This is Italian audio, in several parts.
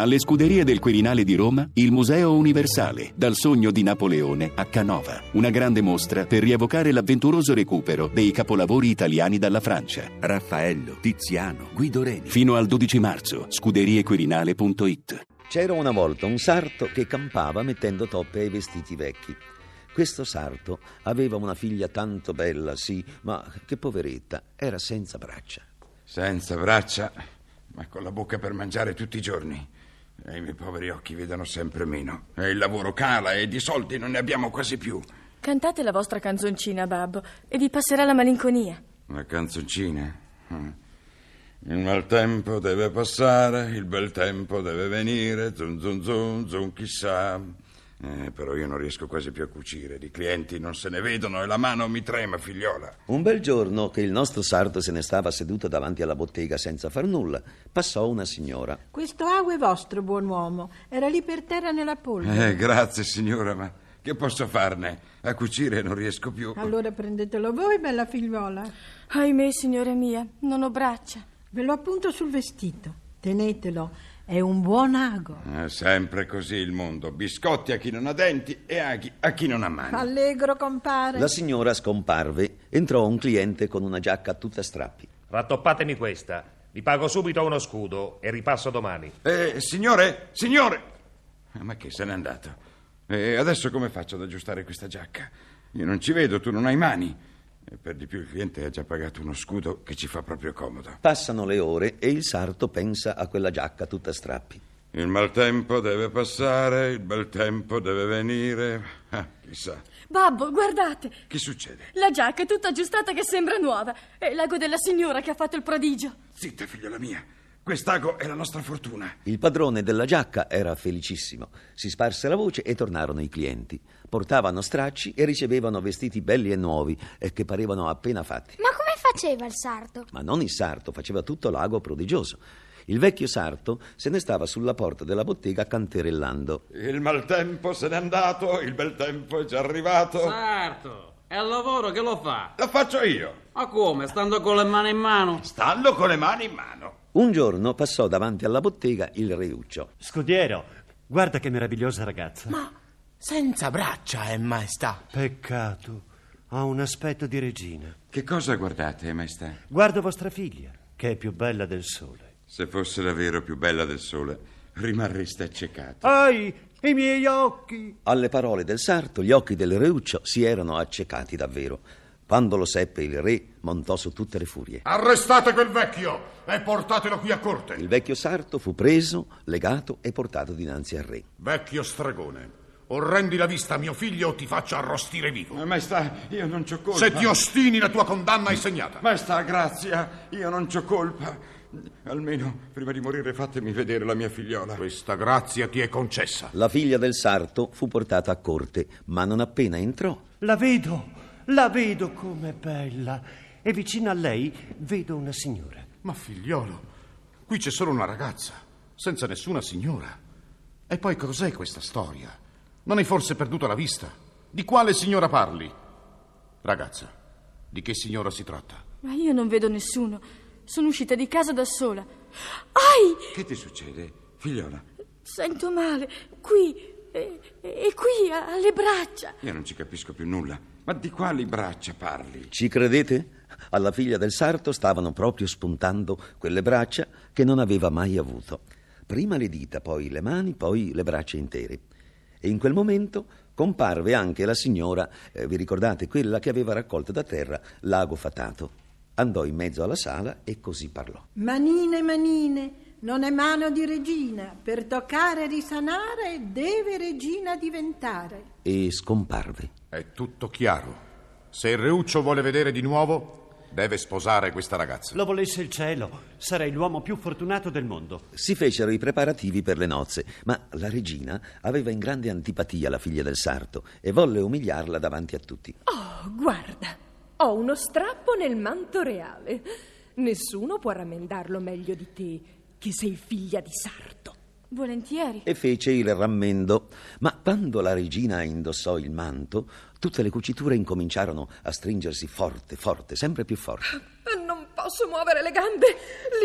Alle scuderie del Quirinale di Roma, il Museo Universale, dal sogno di Napoleone a Canova. Una grande mostra per rievocare l'avventuroso recupero dei capolavori italiani dalla Francia. Raffaello, Tiziano, Guido Reni. Fino al 12 marzo, scuderiequirinale.it. C'era una volta un sarto che campava mettendo toppe ai vestiti vecchi. Questo sarto aveva una figlia tanto bella, sì, ma che poveretta, era senza braccia. Senza braccia, ma con la bocca per mangiare tutti i giorni. E i miei poveri occhi vedono sempre meno. E il lavoro cala e di soldi non ne abbiamo quasi più. Cantate la vostra canzoncina, babbo, e vi passerà la malinconia. La canzoncina? Mm. Il mal tempo deve passare, il bel tempo deve venire, zun zun zun zun chissà. Eh, però io non riesco quasi più a cucire, i clienti non se ne vedono e la mano mi trema, figliola. Un bel giorno che il nostro sarto se ne stava seduto davanti alla bottega senza far nulla, passò una signora. Questo ago è vostro, buon uomo. Era lì per terra nella polvere. Eh, grazie signora, ma che posso farne? A cucire non riesco più. Allora prendetelo voi, bella figliuola. Ahimè, signora mia, non ho braccia. Ve lo appunto sul vestito. Tenetelo, è un buon ago. È Eh, sempre così il mondo, biscotti a chi non ha denti e aghi a chi non ha mani. Allegro, compare. La signora scomparve, entrò un cliente con una giacca tutta a strappi. Rattoppatemi questa. Vi pago subito uno scudo e ripasso domani. Eh, signore, signore! Ah, Ma che se n'è andato? E adesso come faccio ad aggiustare questa giacca? Io non ci vedo, tu non hai mani. E per di più il cliente ha già pagato uno scudo che ci fa proprio comodo. Passano le ore e il sarto pensa a quella giacca tutta a strappi. Il maltempo deve passare, il bel tempo deve venire. Ah, chissà. Babbo, guardate, Che succede? la giacca è tutta aggiustata che sembra nuova. È l'ago della signora che ha fatto il prodigio. Zitta, figliola mia. Quest'ago è la nostra fortuna. Il padrone della giacca era felicissimo. Si sparse la voce e tornarono i clienti. Portavano stracci e ricevevano vestiti belli e nuovi e che parevano appena fatti. Ma come faceva il sarto? Ma non il sarto, faceva tutto l'ago prodigioso. Il vecchio sarto se ne stava sulla porta della bottega canterellando. Il maltempo se n'è andato, il bel tempo è già arrivato. Certo, è il lavoro che lo fa. La faccio io. Ma come, stando con le mani in mano? Stallo con le mani in mano. Un giorno passò davanti alla bottega il reuccio. Scudiero, guarda che meravigliosa ragazza. Ma Senza braccia, è maestà. peccato, ha un aspetto di regina. Che cosa guardate, maestà? Guarda vostra figlia, che è più bella del sole. Se fosse davvero più bella del sole, rimarreste accecati. Ai, i miei occhi! Alle parole del sarto gli occhi del reuccio si erano accecati davvero. Quando lo seppe il re montò su tutte le furie. Arrestate quel vecchio e portatelo qui a corte. Il vecchio sarto fu preso, legato e portato dinanzi al re. Vecchio stregone, o rendi la vista a mio figlio o ti faccio arrostire vivo. Ma Eh, Maestà, io non c'ho colpa. Se ti ostini la tua condanna è segnata. Maestà, grazia, io non c'ho colpa. Almeno, prima di morire, fatemi vedere la mia figliola. Questa grazia ti è concessa. La figlia del sarto fu portata a corte, ma non appena entrò, La vedo, la vedo com'è bella. E vicino a lei vedo una signora. Ma figliolo, qui c'è solo una ragazza, senza nessuna signora. E poi cos'è questa storia? Non hai forse perduto la vista? Di quale signora parli? Ragazza, di che signora si tratta? Ma io non vedo nessuno. Sono uscita di casa da sola. Ai! Che ti succede, figliola? Sento male. Qui. E, e qui, a- alle braccia. Io non ci capisco più nulla. Ma di quali braccia parli? ci credete? Alla figlia del sarto stavano proprio spuntando quelle braccia che non aveva mai avuto. Prima le dita, poi le mani, poi le braccia intere. E in quel momento comparve anche la signora, eh, vi ricordate, quella che aveva raccolto da terra l'ago fatato. Andò in mezzo alla sala e così parlò. Manine, manine, non è mano di regina. Per toccare e risanare deve regina diventare. E scomparve. È tutto chiaro. Se il Reuccio vuole vedere di nuovo, deve sposare questa ragazza. Lo volesse il cielo, sarei l'uomo più fortunato del mondo. Si fecero i preparativi per le nozze, ma la regina aveva in grande antipatia la figlia del sarto e volle umiliarla davanti a tutti. Oh, guarda, ho uno strappo nel manto reale. Nessuno può rammendarlo meglio di te, che sei figlia di sarto. Volentieri. e fece il rammendo. Ma quando la regina indossò il manto, tutte le cuciture incominciarono a stringersi forte, forte, sempre più forte. Non posso posso muovere le gambe.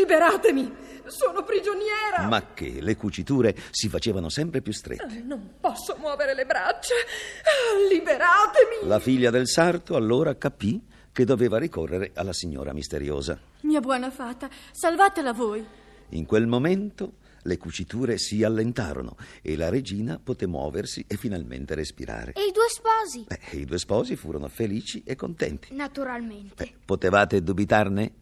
Liberatemi. Sono prigioniera. Ma che le cuciture si facevano sempre più strette. Ah, Non posso muovere le braccia. Ah, Liberatemi. La figlia del sarto allora capì che doveva ricorrere alla signora misteriosa. Mia buona fata, salvatela voi. In quel momento le cuciture si allentarono e la regina poté muoversi e finalmente respirare. E i due sposi? Beh, i due sposi furono felici e contenti. Naturalmente. Potevate dubitarne?